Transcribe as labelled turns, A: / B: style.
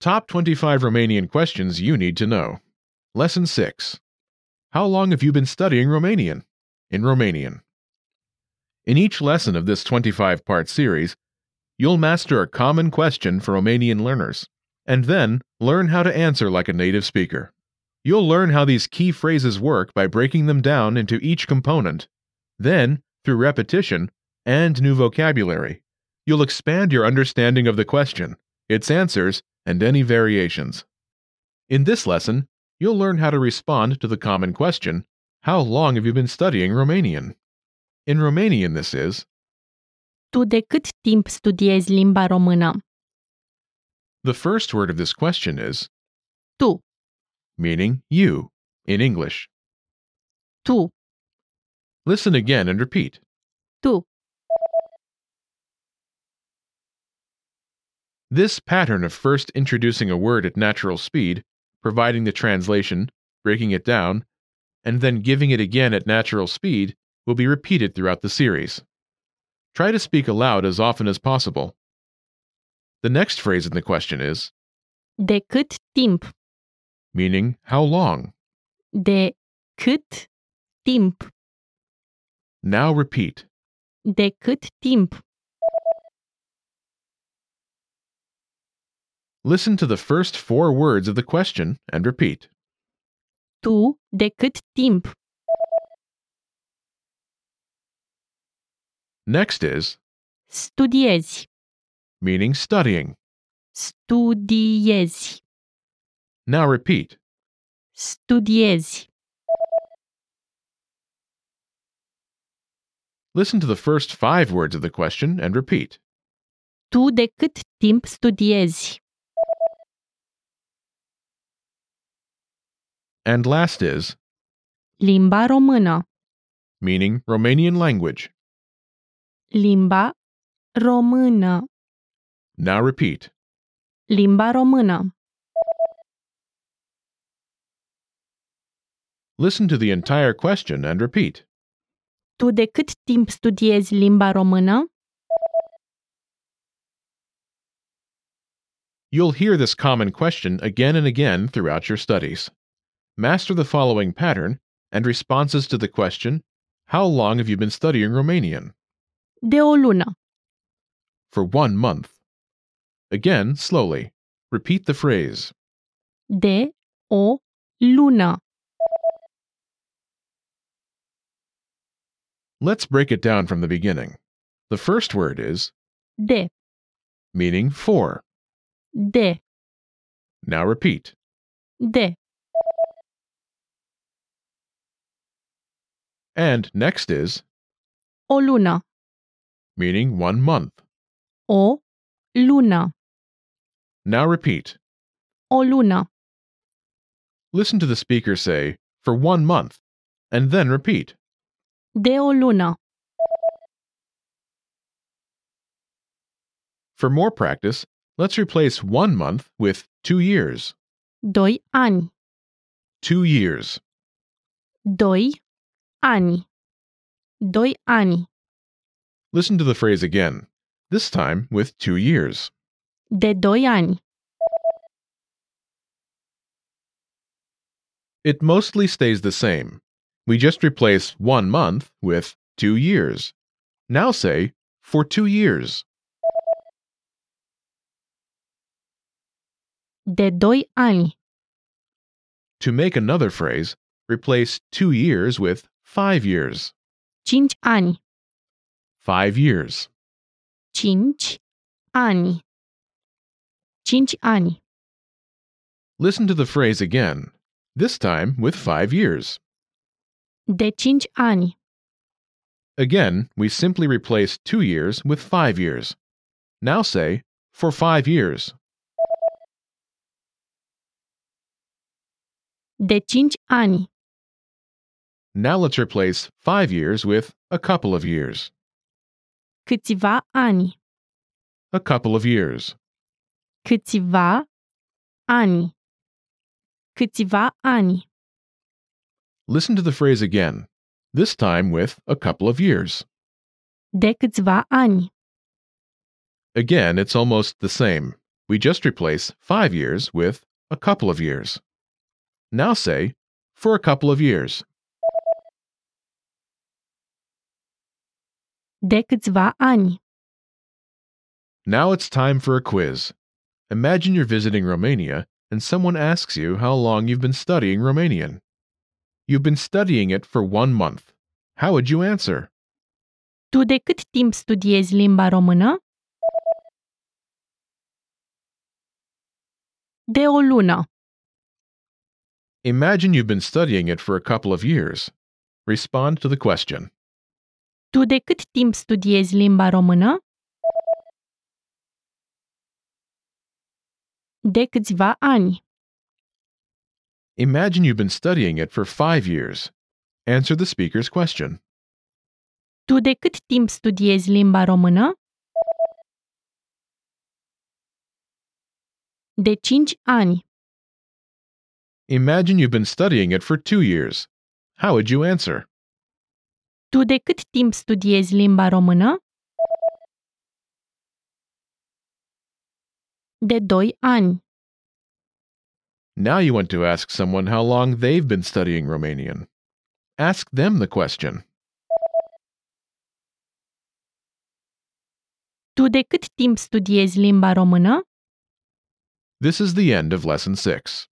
A: Top 25 Romanian questions you need to know. Lesson 6 How long have you been studying Romanian? In Romanian. In each lesson of this 25 part series, you'll master a common question for Romanian learners, and then learn how to answer like a native speaker. You'll learn how these key phrases work by breaking them down into each component. Then, through repetition and new vocabulary, you'll expand your understanding of the question, its answers, and any variations. In this lesson, you'll learn how to respond to the common question How long have you been studying Romanian? In Romanian, this is
B: Tu de cât timp studiezi limba română?
A: the first word of this question is
B: Tu,
A: meaning you in English.
B: tu,
A: Listen again and repeat.
B: tu.
A: This pattern of first introducing a word at natural speed, providing the translation, breaking it down, and then giving it again at natural speed will be repeated throughout the series. Try to speak aloud as often as possible. The next phrase in the question is,
B: De cât timp?
A: meaning how long.
B: De cât timp?
A: Now repeat.
B: De cât timp?
A: Listen to the first four words of the question and repeat.
B: Tu, de cât timp?
A: Next is,
B: Studiezi,
A: meaning studying.
B: studiezi,
A: Now repeat.
B: studiezi.
A: Listen to the first five words of the question and repeat.
B: Tu de cât timp studiezi?
A: And last is,
B: Limba română,
A: meaning Romanian language.
B: limba română,
A: Now repeat.
B: limba română.
A: Listen to the entire question and repeat.
B: Tu de cât timp studiezi limba română?
A: You'll hear this common question again and again throughout your studies. Master the following pattern and responses to the question How long have you been studying Romanian?
B: De o lună.
A: For one month. Again, slowly. Repeat the phrase.
B: de o lună.
A: Let's break it down from the beginning. The first word is,
B: De,
A: meaning for.
B: de,
A: Now repeat.
B: de.
A: And next is,
B: O lună.
A: meaning one month.
B: O lună.
A: Now repeat.
B: O lună.
A: Listen to the speaker say, for one month, and then repeat.
B: De o lună.
A: For more practice, let's replace one month with two years.
B: Doi ani.
A: Two years.
B: Doi ani. Doi ani.
A: Listen to the phrase again, this time with two years.
B: De doi ani.
A: It mostly stays the same. We just replace one month with two years. Now say, for two years.
B: De doi ani.
A: To make another phrase, replace two years with five years.
B: Cinci ani.
A: Five years.
B: Cinci ani. Cinci ani.
A: Listen to the phrase again, this time with five years.
B: De cinci ani.
A: Again, we simply replace two years with five years. Now say, for five years.
B: De cinci ani.
A: Now let's replace five years with a couple of years.
B: Câțiva ani.
A: A couple of years.
B: Câțiva ani. Câțiva ani.
A: Listen to the phrase again, this time with a couple of years.
B: De câțiva ani.
A: Again, it's almost the same. we just replace five years with a couple of years. Now say, for a couple of years.
B: de câțiva ani.
A: Now it's time for a quiz. Imagine you're visiting Romania and someone asks you how long you've been studying Romanian. You've been studying it for one month. How would you answer?
B: Tu de cât timp studiezi limba română? De o lună.
A: Imagine you've been studying it for a couple of years. Respond to the question.
B: Tu de cât timp studiezi limba română? De câțiva ani.
A: Imagine you've been studying it for five years. Answer the speaker's question.
B: Tu de cât timp studiezi limba română? De cinci ani.
A: Imagine you've been studying it for two years. How would you answer?
B: Tu de cât timp studiezi limba română? De doi ani.
A: Now you want to ask someone how long they've been studying Romanian. Ask them the question.
B: Tu de cât timp studiezi limba română?
A: This is the end of Lesson 6.